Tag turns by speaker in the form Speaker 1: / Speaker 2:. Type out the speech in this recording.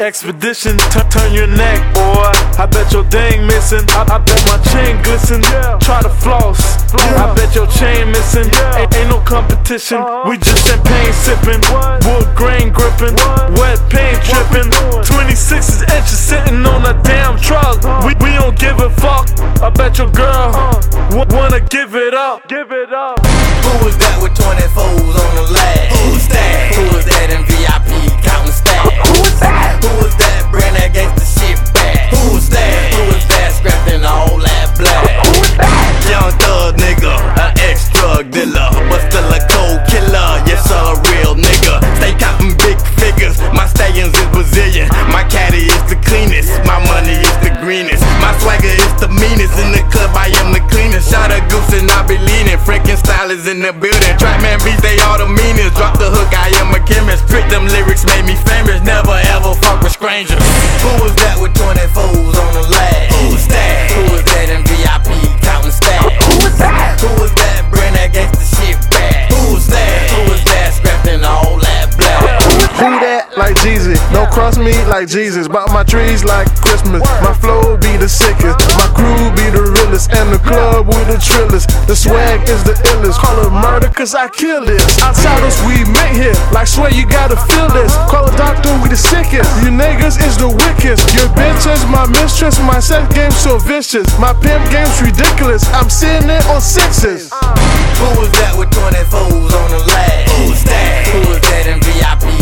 Speaker 1: expedition. Turn, turn your neck, boy. I bet your dang missing. I, I bet my chain glisten. Try to floss. I bet your chain missing. Ain't, ain't no competition. We just champagne sipping. Wood grain gripping. Wet paint tripping. 26 is inches sitting on a damn truck. We, we don't give a fuck. I bet your girl w- wanna give it up. Uh-huh. Give it up.
Speaker 2: Who was that with 24s on the lag? Who's that? Who was that in VIP counting stacks? Who was that? Who was that bring that gangsta shit back? Who was that? Who was that scrapping all that black? Who was that? Young thug nigga, an ex drug dealer, but still a cold killer. Yes, a real nigga. Stay copping big figures. My stallions is Brazilian. My caddy is the cleanest. My money is the greenest. My swagger is the meanest. In the club, I am the cleanest. Shot a goose and I be leaning. Franken style is in the building. Trackman beats, they all the meanest. Drop the hook, I am a chemist. Trick them lyrics made me famous. Never ever fuck with strangers. Who was that with 24s on the lag? Who was that? Who was that in VIP counting stacks? Who was that? Who was that? Bring that gangsta shit back. Who was that? Who was that? Scrapping all that black.
Speaker 3: Who that like Jesus? Don't cross me like Jesus. Bought my trees like Christmas. My flow be the sickest. My crew be the realest. And the club with the trillest. The swag is the illest. Call it murder cause I kill this. Outside us, we met here. Like swear you gotta feel this. Call a doctor, we the sickest. You niggas is the wickedest. Your bitch is my mistress. My sex game so vicious. My pimp game's ridiculous. I'm sitting it on sixes.
Speaker 2: Who was that with 24s on the lag? Who was that? Who was that in VIP